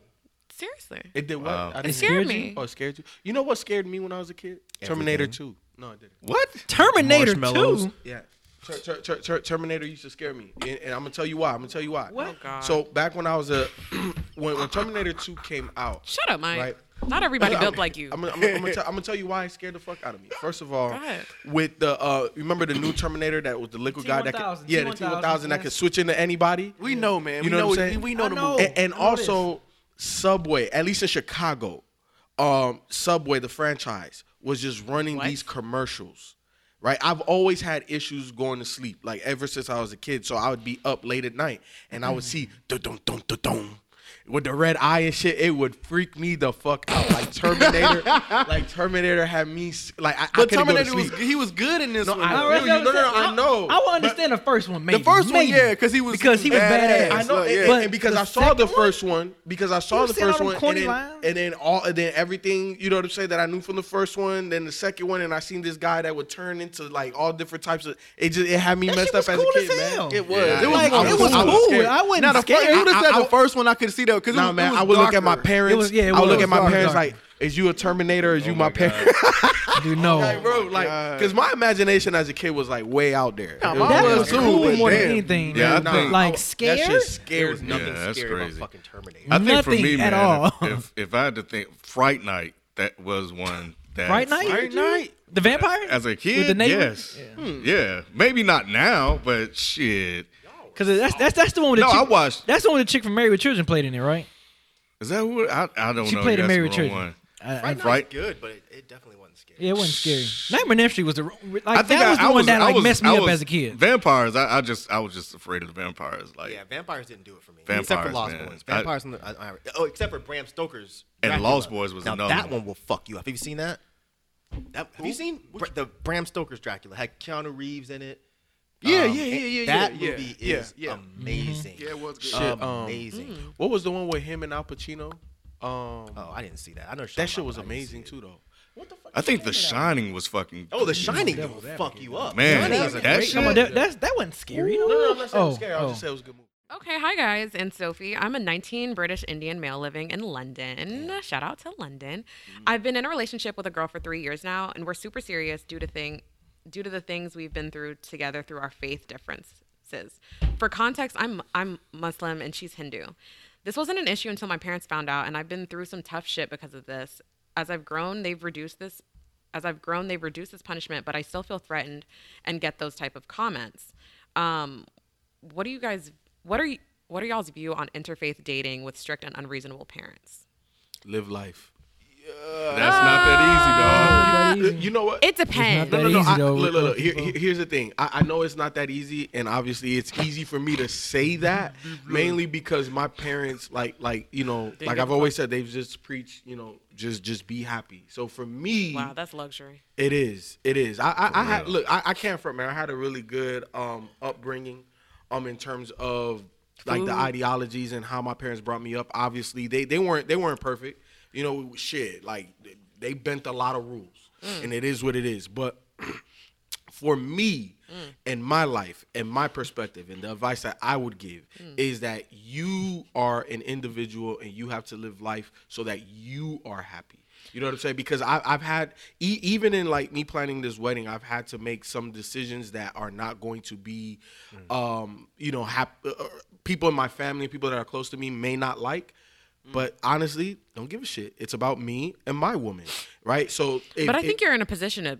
Seriously.
It did what? I
It
didn't hear.
scared
scared you?
me.
Oh, it scared you. You know what scared me when I was a kid? Terminator Two. No, it didn't.
What?
Terminator
Marshmallows.
Mm.
Two.
Yeah. Ter- ter- ter- ter- Terminator used to scare me, and, and I'm gonna tell you why. I'm gonna tell you why.
What? Oh,
God.
So back when I was a, when, when Terminator 2 came out,
Shut up, Mike.
Right.
Not everybody
I'm-
built like you.
I'm, gonna- I'm, gonna- I'm, gonna tell- I'm gonna tell you why it scared the fuck out of me. First of all,
ahead.
with the uh, remember the new Terminator that was the liquid guy that could,
T-1000,
yeah, the
T-1000,
T1000 that
yes.
could switch into anybody.
We know, man.
You
we
know
know
what I'm
it.
saying?
We, we know
I
the
know.
movie.
and, and
I know this.
also Subway, at least in Chicago, um, Subway, the franchise, was just running these commercials. Right, I've always had issues going to sleep, like ever since I was a kid. So I would be up late at night, and I would see dun dun dun dun dun with the red eye and shit. It would freak me the fuck out. Like Terminator, like Terminator had me s- like I, I
But
couldn't
Terminator
go to
was
sleep.
he was good in this
No,
one.
I-
though.
I really-
That's what
No, no, no,
I'm saying.
I know,
I will
but-
understand the first one, maybe.
the first
maybe.
one, yeah, because he was
because he was badass.
I know,
Look, yeah.
and-
But
and because
the
I saw the
second one-
first one, because I saw
You
the
seen all
first
them
one, and
corny
then,
lines?
and then all, and then everything you know what I'm saying that I knew from the first one, then the second one, and I seen this guy that would turn into like all different types of. It just it had me
That
messed
shit
up
was
as
cool
a
as
kid,
hell.
man. It was,
Yeah.
it was,
Like,
I
it was
I
cool.
scared.
I wasn't
Now the first,
scared.
you would have said
I-
the first one I could see though. Cause it
Nah,
was,
man,
it was
I would look at my
darker.
parents.
It was- yeah, it
I would
was
look at my
darker.
parents like, "Is you a Terminator? Or is you Oh my, parent?"
Dude, no.
like, bro, like, because my imagination as a kid was like way out there. It
mine
that
way
was
was
out there.
cool,
cool
but
more than
damn.
anything.
Yeah, I
man.
think-
like
That
scared.
shit scared
Yeah,
nothing
that's
scary about
crazy.
fucking Terminator.
I think for
Nothing
me,
at
man,
all.
If, if if I had to think, Fright Night that was one that
Fright Night?
Fright-
Fright Night? The vampire?
As a kid,
With the neighbor?
yes, yeah.
Hmm.
maybe not now, but shit.
Because that's, that's that's the one with the
No,
chick.
I watched-
That's the one with the chick from Married with Children played in it, right?
Is that what I? I don't
She
know.
played in
That's
Married
the
with
wrong
Children.
one.
I- I-
Fright
Fright-
Night's good, but it, it definitely wasn't scary.
yeah, it wasn't scary. Nightmare on Elm Street was the like
I think
that was the
I, I
one
was,
that
I
like
was-
messed me
I
up
was-
as a kid.
Vampires. I, I just I was just afraid of the vampires. Like
Yeah, vampires didn't do it for me. except for
Vampires,
Lost
man.
Boys. Vampires and the, I, I, oh, except for Bram Stoker's.
And
Dracula.
Lost Boys was
now
another
that
one.
one will fuck you up. Have you seen that? That- have you seen Br- the Bram Stoker's Dracula? Had Keanu Reeves in it.
Yeah,
Um,
yeah, yeah,
it-
yeah,
That
yeah,
movie
yeah,
is
yeah.
amazing. Yeah, it
was good.
Shit, um,
amazing.
What was the one with him and Al Pacino? Um,
Oh, I didn't see that. I know
that shit was amazing too, though. What the fuck?
I think The Shining was fucking.
Oh, The Shining will fuck you up.
Man,
Shining is a
that
great
shit-
Come on, that, that's, that wasn't scary.
No, no, I'm not saying it
oh,
was scary. I
oh.
just said it was a good movie.
Okay, hi guys, and Sophie. I'm a 19 British Indian male living in London. Shout out to London. I've been in a relationship with a girl for three years now, and we're super serious due to thing, due to the things we've been through together through our faith differences. For context, I'm I'm Muslim and she's Hindu. This wasn't an issue until my parents found out, and I've been through some tough shit because of this. As I've grown, they've reduced this. As I've grown, they've reduced this punishment, but I still feel threatened and get those type of comments. Um, what do you guys what are you what are y'all's view on interfaith dating with strict and unreasonable parents?
Live life.
That's not that easy, dog.
You know what?
It depends.
no, no, no.
easy,
I,
though,
look, look,
with those
look. Here, here- here's the thing. I, I know it's not that easy, and obviously it's easy for me to say that mainly because my parents, like, like you know, like I've always said, they've just preached, you know, just just be happy. So for me,
Wow, that's luxury.
It is. It is. I I, I had, look. I, I can't front man. I had a really good um upbringing, um in terms of like the ideologies and how my parents brought me up. Obviously, they they weren't they weren't perfect. You know, shit. Like they bent a lot of rules, and it is what it is. But
for me
Mm.
and my life and my perspective and the advice that I would give
Mm.
is that you are an individual and you have to live life so that you are happy. You know what I'm saying? Because I, I've had e- even in like me planning this wedding, I've had to make some decisions that are not going to be, um, you know, hap- uh, uh, people in my family, people that are close to me may not like. But honestly, don't give a shit. It's about me and my woman, right? So, if,
But I
if-
think you're in a position to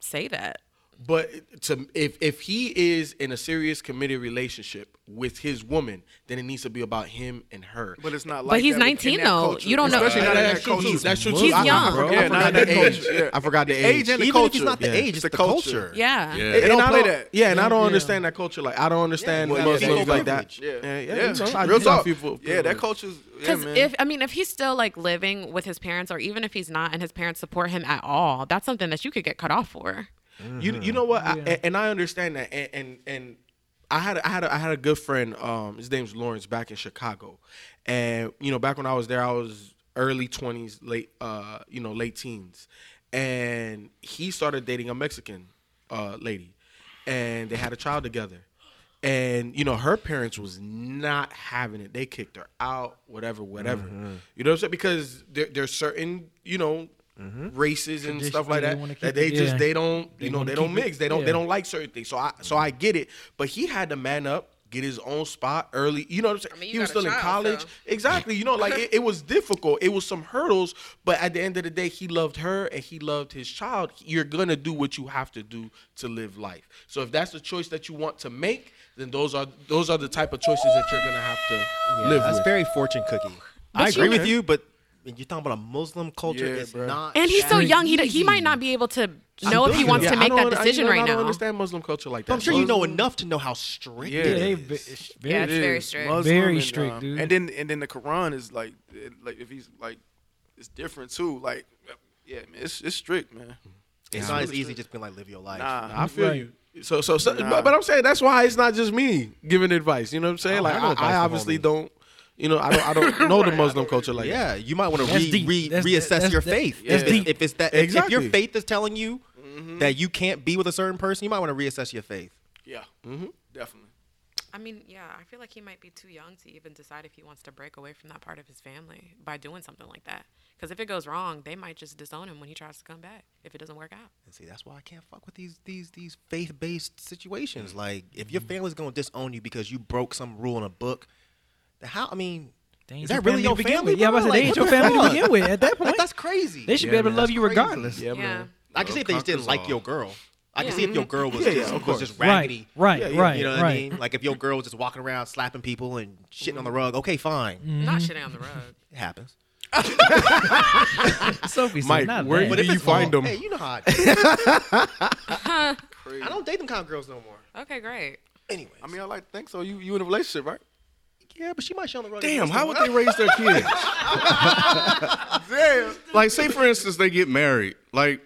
say that.
but to if if he is in a serious committed relationship with his woman, then it needs to be about him and her.
But it's not like
But he's
that with- in
19
that
though.
culture.
You don't know-
Especially not in
Yeah,
that culture.
That's true. That's true.
He's
too. I- I
young.
forgot-
Yeah,
I
not
forgot
in that
the age.
culture. Yeah.
I forgot the age.
Age and the
Even if
culture.
it's not the
Yeah.
age, it's, the culture.
Yeah.
Yeah.
It-
They
it
don't play
pl-
that.
Yeah, and I don't understand that culture. Like I don't understand
Yeah,
Muslims
yeah, yeah.
like that.
Yeah,
yeah, yeah.
yeah.
you know, I-
Real
you know,
talk.
people-
yeah, that
people-
culture's. Yeah,
Because
man.
if I mean, if he's still like living with his parents, or even if he's not, and his parents support him at all, that's something that you could get cut off for.
You you know what? I, and- and I understand that. And and, and I had a- I had a, I had a good friend. Um, his name's Lawrence back in Chicago, and you know back when I was there, I was early twenties, late uh, you know late teens, and he started dating a Mexican uh, lady, and they had a child together. And you know her parents was not having it. They kicked her out, whatever, whatever.
Mm-hmm.
You know what I'm saying? Because there, there's certain you know races and stuff like
Traditionally, Mm-hmm. they
that
wanna
that
keep
they
it-
just
yeah.
they don't you
They
know
wanna
they don't
keep it-
mix. They don't they
yeah.
don't like certain things. So I so I get it. But he had to man up, get his own spot early. You know what I'm saying?
mean, you
he was
got a
still in
child,
college.
so.
Exactly. You know, like it, it was difficult. It was some hurdles, but at the end of the day, he loved her and he loved his child. You're gonna do what you have to do to live life. So if that's the choice that you want to make, then those are those are the type of choices that you're gonna have to
Yeah,
live
that's
with.
very fortune cookie. I
But
agree
you-
with you, but when you're talking about a Muslim culture,
Yeah,
it's
bruh.
not.
And he's so
that
young; he d-
easy.
he might not be able to know if he wants
Yeah,
to
I
make
don't
that
under- I- you
decision
know,
right
I don't
now.
understand Muslim culture like that.
But I'm sure you know
Muslim-
enough to know how strict
Yeah.
it
Yeah, they
is.
ve- it's
Yeah,
very
it's very strict.
Muslim
Very
and,
strict,
um,
dude.
And then and then the Quran is like it- like if he's like it's different too. Like yeah, man, it's it's strict, man.
It's not as easy just being like live your life.
Nah,
I feel
Right.
you. So, so, so but, but I'm saying that's why it's not just me giving advice. You know what I'm saying?
I don't
Like,
have
Oh,
no
I,
advice
I
for
obviously
homies.
don't. You know, I don't. I don't know the Muslim culture like that.
Yeah, you might want to
That's
re,
deep.
re,
That's-
reassess
that's-
your
that's-
faith.
that's
if, it's,
deep.
if it's that, if- if
Exactly.
your faith is telling you that you can't be with a certain person, you might want to reassess your faith.
Yeah, mm-hmm. definitely.
I mean, yeah, I feel like he might be too young to even decide if he wants to break away from that part of his family by doing something like that. Because if it goes wrong, they might just disown him when he tries to come back if it doesn't work out.
And see, that's why I can't fuck with these these these faith based situations.
Mm.
Like, if your family's gonna disown you because you broke some rule in a book, then how? I mean,
They ain't
is that
your
really
family
your
to begin
family?
with. Yeah, I
bro?
was like, they ain't
what
your
the
family to
fuck?
begin with at that
Like,
point.
that's crazy.
They should be able to
man,
love
that's
you
crazy.
regardless.
Yeah,
Yeah.
man.
I can see if they just didn't
Conquers
like
all.
your girl. I can see if your girl was,
Yeah, yeah,
just,
of
was
course.
just
Right,
raggedy.
right, right,
You know what I
right. Mm.
mean? Like if your girl was just walking around slapping people and shitting on the rug, okay, fine.
Not shitting on the rug.
It happens.
Sophie said,
Mike,
not
where
that.
do you find
Um.
them?
Hey, you know how I do. I don't date them kind of girls no more.
Okay, great.
Anyway.
I mean, I like to think so. You you in a relationship, right?
yeah, but she might show on the rug.
Damn, how would they raise their kids? Like, say for instance, they get married. Like,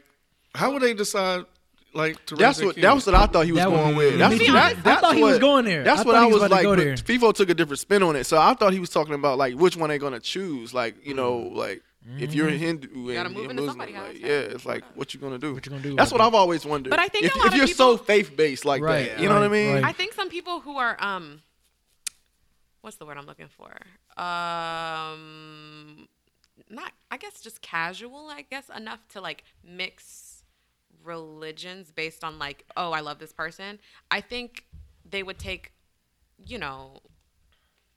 how would they decide? Like, to raise
That's
their
what
kids?
that was what I thought he was
That was-
going with. That's,
Me
what-
too.
that,
I
that's
thought he was
what-
going there.
That's
I
what
thought
I
he was
was
about to
like.
go
But
there.
FIFO took a different spin on it, so I thought he was talking about like which one they gonna choose. Like you know,
Mm-hmm.
like if you're a Hindu and
gotta move
you're
into
Muslim,
somebody's house.
like, yeah, it's like what you gonna do. What
you gonna do
That's
about
what I've always wondered.
But I think
if,
a lot
if
of
you're so
people-
faith based like
Right,
that, you know what I
right,
mean?
right.
I think some people who are um what's the word I'm looking for? Um not I guess just casual, I guess enough to like mix religions based on like, oh, I love this person. I think they would take, you know,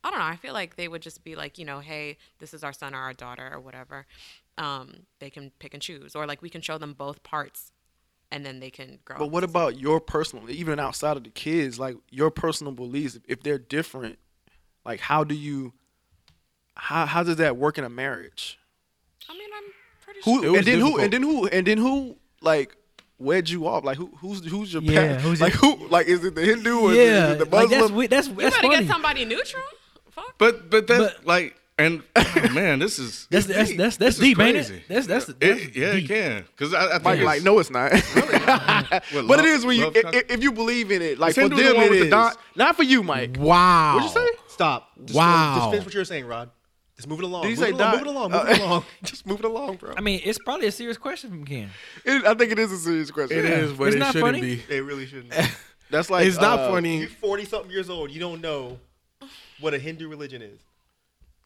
I don't know. I feel like they would just be like, you know, hey, this is our son or our daughter or whatever. Um, they can pick and choose, or like we can show them both parts, and then they can grow.
But
up
what
to
about your personal, even outside of the kids, like your personal beliefs? If they're different, like how do you, how how does that work in a marriage?
I mean, I'm pretty sure.
Who
It was
and then who
difficult.
and then who and then who like wed you off? Like who who's who's your
Yeah,
parent?
who's your-
like who like is it the Hindu or is
Yeah,
it the
like,
Muslim?
that's we- that's
You
that's
better
funny.
get somebody neutral. Fuck.
But but that
But-
like and oh, man, this is
That's
it's
that's
deep.
that's that's
This is
deep, ain't
crazy.
it? That's that's, that's
It, yeah,
deep.
it can because I, I think
Mike,
it's-
like no, it's not.
what,
but
love-
it is when you
love
if,
con-
if- if you believe in it. Like
Is
for
Hindu the
them
one
it
with the
is
dot?
not for you, Mike.
Wow.
What'd you say?
Stop. Just
Wow.
Finish, just finish what you were saying, Rod. Just Just move it along.
Did he
move,
say
it along
die?
move it along.
Uh,
Move it along. Just move it along, bro.
I mean, it's probably a serious question from Ken.
It, I think it is a serious question.
It is, but
It's
it
not
shouldn't
funny.
be.
They really shouldn't.
That's like
it's not
uh,
funny.
You're 40 something years old. You don't know what a Hindu religion is.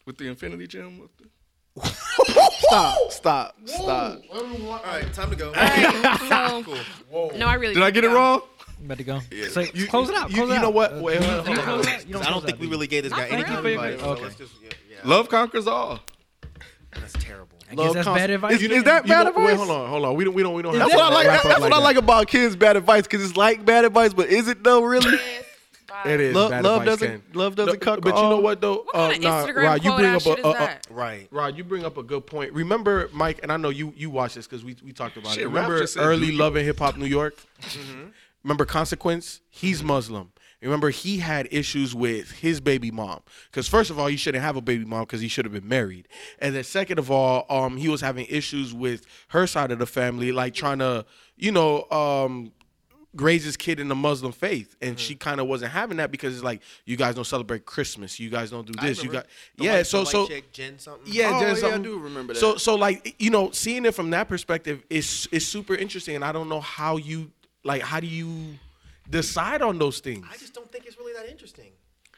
with the Infinity Gem. With the,
Stop, stop, stop.
All right, time to go.
So, no, I really
did I get it wrong?
I'm about to go. So close it out.
You,
Close it
you
out.
know what?
Uh,
Wait, hold on,
you
hold on.
close it out? You
I
close
don't
it
think we
out, do you?
really gave this guy any
Thank you for your
advice.
good- okay.
let's just, yeah, yeah,
Love conquers all.
that's terrible.
I guess
Love
that's bad
constant-
advice.
Is, is that
You
bad
know-
advice?
Wait, hold on, hold on. We don't, we don't, we don't. have
That's
to
what I like.
wrap up
That's what I
that.
like about kids' bad advice because it's like bad advice, but is it though? Really?
It is.
love
bad
love
advice,
doesn't
Ken.
love doesn't
No,
cut.
But you know what though?
What kind
Uh,
of
nah,
Instagram
Rod, you
quote
bring
ass
up
shit
a,
is
a, a
that?
Right.
Rod, you bring up a good point. Remember, Mike, and I know you you watched this because we we talked about
Shit,
it.
Ralph
Remember
just said
early
New Mm-hmm.
love and hip hop New York. Remember consequence? He's Muslim. Remember he had issues with his baby mom because first of all he shouldn't have a baby mom because he should have been married, and then second of all um he was having issues with her side of the family like trying to you know um raised his kid in the Muslim faith, and she
Mm-hmm.
kind of wasn't having that because it's like you guys don't celebrate Christmas, you guys don't do this, you got yeah. so so
Jen something.
yeah,
Oh,
Jen
yeah, I
something.
do remember that.
So so like you know, seeing it from that perspective is is super interesting, and I don't know how you like how do you decide on those things?
I just don't think it's really that interesting.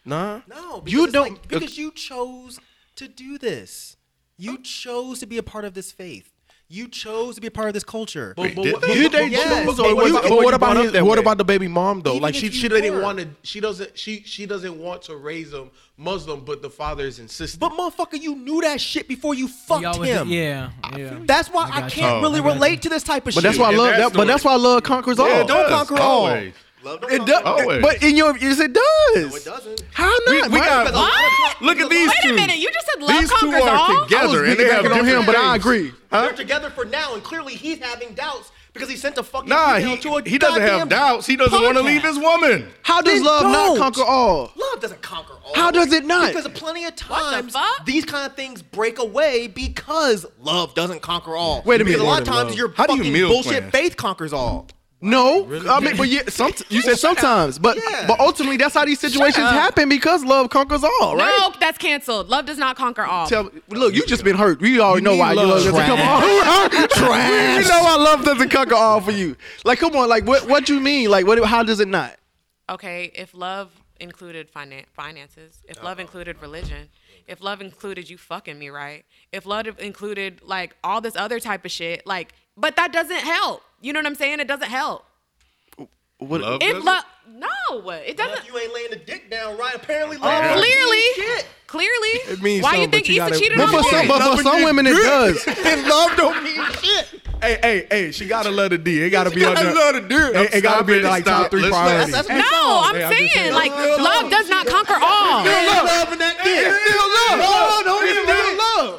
nah,
No, because
you
it's
don't
like- because you chose to do this. You chose to be a part of this faith. You chose to be a part of this culture.
But, but,
did
what-
they?
but-
Did
they
but-
choose,
but
or
what
was
about-
it-
but
were
what
you
about
brought up
his-
that
what
way?
about the baby mom though?
Even
like
if
she
you
she didn't
were.
want to she doesn't she she doesn't want to raise him Muslim, but the father is insistent.
But motherfucker, you knew that shit before you
You
fucked
always
him.
do- Yeah. Yeah.
That's why I, can't
you.
really relate to this type of
But
shit.
that's why I
Yeah,
love
that's
that.
the
But
way-
that's why I love conquers all.
Yeah, it
Don't
does,
conquer all.
always.
Love
It does,
Always.
but in your yes, it does. No,
it doesn't.
How not?
We, we
Mike?
got
What?
look at these
Wait
two.
a minute. You just said love
these two
conquers
are
all.
I was
together, and they have
piggybacking on him,
different
but I
things.
agree.
They're together for now, and clearly he's having doubts because he sent a fucking
Nah,
email
he,
to a
he doesn't
goddamn
have doubts. He doesn't want to
podcast.
leave his woman.
How does
Then
love not
don't.
conquer all?
Love doesn't conquer all.
How does it not?
Because plenty of times
fuck?
these kind of things break away because love doesn't conquer all.
Wait a
Because
minute.
a lot of
More than
times
love.
your
How do you
fucking
meal
bullshit
plan?
faith conquers all.
No, I mean, but yeah, some, you said sometimes, but
Yeah.
but ultimately, that's how these situations
up.
happen because love conquers all, right?
No, that's canceled. Love does not conquer all.
Tell, look, you just been hurt. We already know why you love doesn't come off. you know why love doesn't conquer all for you. Like, come on, like what what you mean? Like, what? How does it not?
okay, if love included finan- finances, if love included religion, if love included you fucking me right, if love included like all this other type of shit, like, but that doesn't help. You know what I'm saying? It doesn't help.
What?
Love
If
doesn't?
love, no, it doesn't.
you ain't laying the dick down right, apparently
Oh,
Clearly,
love
clearly.
It means
Why you
something,
think
but you
Issa
gotta-
cheated
But
on
for some,
me?
but for some women, it does.
And love don't mean shit.
hey hey hey, she gotta love the D. It gotta be on the
love the D.
It, it gotta
Stop
be
it,
like
stop.
top three
Let's not-
priorities.
That's- that's-
No, I'm
Hey, I'm just
saying
saying.
like
Love don't-
love does not conquer all.
love in that dick.
still
love.
No,
It's still
love.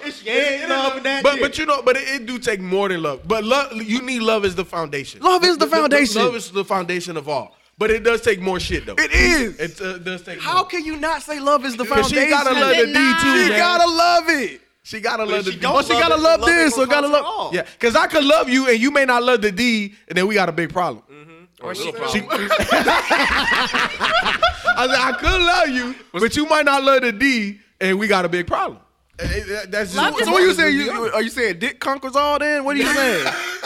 It's- it ain't love in that
But
dick.
but you know, but it, it do take more than love. But love, you need love as the foundation.
Love is the foundation.
Love is the foundation of all. But it does take more shit though.
It is.
It uh, does take.
How
more.
can you not say love is the
Because
foundation?
she gotta love the D too.
Denied.
She
man.
gotta love it.
She gotta love
she
the D.
don't
Oh, she
love
gotta
it,
love
love it
this
will
or gotta
conquer
love.
all.
Yeah, because I could love you and you may not love the D, and then we got a big problem.
Mm-hmm.
Or she-
She- I said I could love you, but you might not love the D, and we got a big problem. Eh, eh, That's just,
Love is-
so
So what
what
are
you
you saying?
say?
You, you- are you saying dick conquers all? Then what are you saying?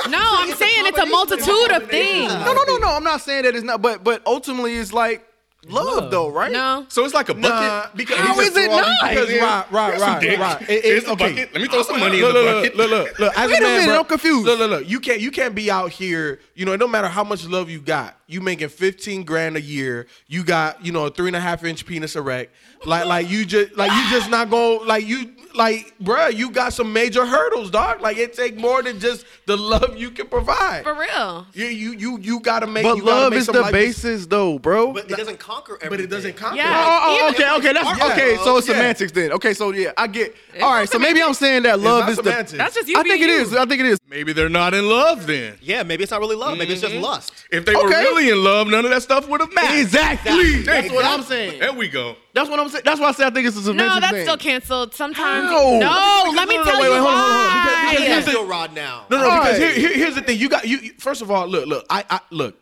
No, I'm saying it's a multitude of things.
no, no, no, no. I'm not saying that it's not, but but ultimately, it's like love, though, right?
No.
So it's like a bucket.
Nah, because
How is it not?
Because right, right, right,
dick.
right.
It's a bucket. Let me throw some money in the bucket.
Look, look, look. As
Wait a
man,
minute,
bro,
I'm confused.
Look, look, look. You can't, you can't be out here. You know, it don't matter how much love you got. You making fifteen grand a year. You got, you know, a three and a half inch penis erect. Like, like you just, like you just not going, to like you, like, bruh, You got some major hurdles, dog. Like it take more than just the love you can provide.
For real.
You, you, you, you gotta make.
But
you gotta
love
make
is
some
the
life-
basis, though, bro.
But it doesn't conquer everything.
But it doesn't count.
Yeah.
Oh, oh,
Even-
okay, okay, that's
Yeah.
okay. So it's
Yeah.
semantics then. Okay, so yeah, I get. all
not
right, so maybe I'm saying that love
not
is
semantics.
the.
That's just you
I think
being
it
you.
is. I think it is.
Maybe they're not in love then.
Yeah, maybe it's not really love. Maybe it's
Mm-hmm.
just lust.
If they were
Okay.
really in love, none of that stuff would have mattered.
Exactly. That's what I'm saying.
There we go.
That's what I'm saying. That's why I say I think it's a semantic
No, that's
thing.
still canceled. Sometimes.
How?
No, let me
No, no, no,
tell
wait,
you
wait, hold on, hold on, because-
why.
because
Yeah.
here's the-
Still rod now.
No, no, because
Alright.
here, here- here's the thing. You got you, you. First of all, look, look. I, I look.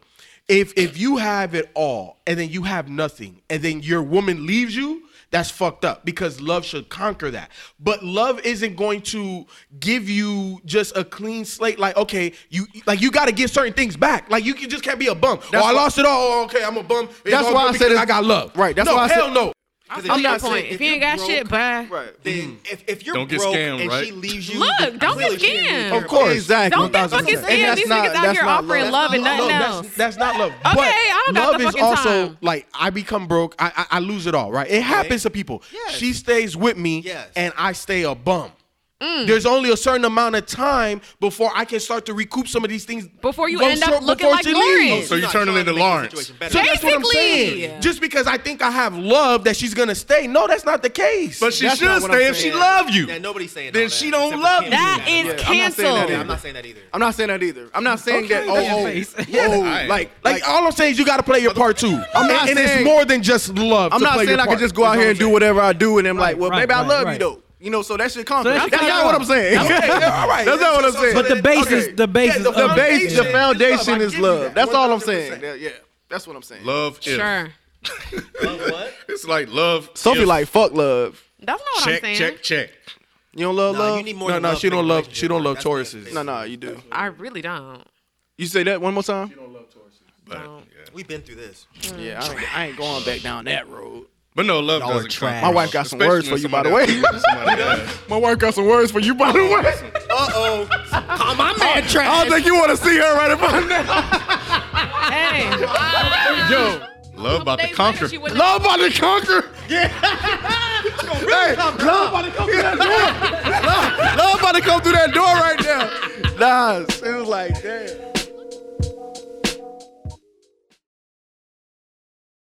If if you have it all and then you have nothing, and then your woman leaves you, That's fucked up because love should conquer that. But love isn't going to give you just a clean slate. Like, okay, you like you got to get certain things back. Like, you can, just can't be a bum. oh, I lost it all. Oh, okay, I'm a bum. It's
That's
all
why
good
I said
because
it's-
I got love.
Right, that's
no,
why I said-
hell no.
I'm not
saying
point. If,
if
you ain't
you're
got shit, bye.
Right.
Then if, if you're
Don't get
broke
scammed,
and
right?
she leaves you,
Look,
then
don't get
clearly she didn't
scammed.
care
Of
about
course.
you.
Exactly.
Don't get fucking
1000%. And
scammed.
that's
These
not-
niggas out
that's
here
not
offering love and nothing
no,
else.
That's, that's not love.
Okay,
but
I don't got
love
the
is
fucking
also
time.
like I become broke. I, I I lose it all. Right? It happens to people.
Yes.
She stays with me,
Yes.
and I stay a bum.
Mm.
There's only a certain amount of time before I can start to recoup some of these things.
Before you
Well,
end up
sure,
looking
before
like
she
Lauren.
Oh,
leaves.
So you're
not
turning
trying
into
to make the
Lawrence.
situation better.
So that's what I'm
Basically.
saying. Just because I think I have love, that she's gonna stay. No, that's not the case.
But she
That's
should
not what I'm
stay if she
saying.
love you.
Yeah, nobody's saying all
Then
that,
she don't
except for
love
Kim.
you.
That is
Yeah, I'm not saying that
canceled.
Yeah,
either.
I'm not saying that either.
I'm not saying that either. I'm not saying that.
that's
Oh,
your
oh,
face.
oh,
I-
like,
like,
like,
all I'm saying is you gotta play your part too.
I'm not
and, and
saying-
it's more than just love.
I'm
to
not
play
saying
your
I can
part.
just go out here and do whatever I do, and I'm like, well,
right,
maybe I
right,
love you
right.
though. You know, so that should come.
that's
That's, not what I'm saying.
Okay, yeah, all right.
That's not what I'm saying.
But the base is the base is
the
up.
base, the
Yeah.
foundation is love. That's all I'm
100%.
saying. Yeah, yeah, that's what I'm saying.
Love if.
Sure.
It's like love.
Sophie
if.
like fuck love.
That's not what I'm
check,
saying.
check, check.
You don't love
No,
love.
you need more
No,
than
no,
love
she
in a
don't love.
relationship.
She don't love
That's not
Tauruses.
fair.
no, no, you do.
I really don't.
You say that one more time.
But, yeah.
We've been through this.
Yeah, I ain't, I ain't going back down that road.
but no, love doesn't
trash.
come.
My wife got some words
Especially when
for you, by the
somebody
way.
else- somebody else.
My wife got some words for you, by the way.
Uh oh. my
I
man
don't think you want to see her right about now.
Hey.
Yo,
Love about to
Days later,
conquer.
she wouldn't-
love about to conquer. Yeah. hey, love about to come through that door. love, love about to come through that door right now. Nah, it was like, damn.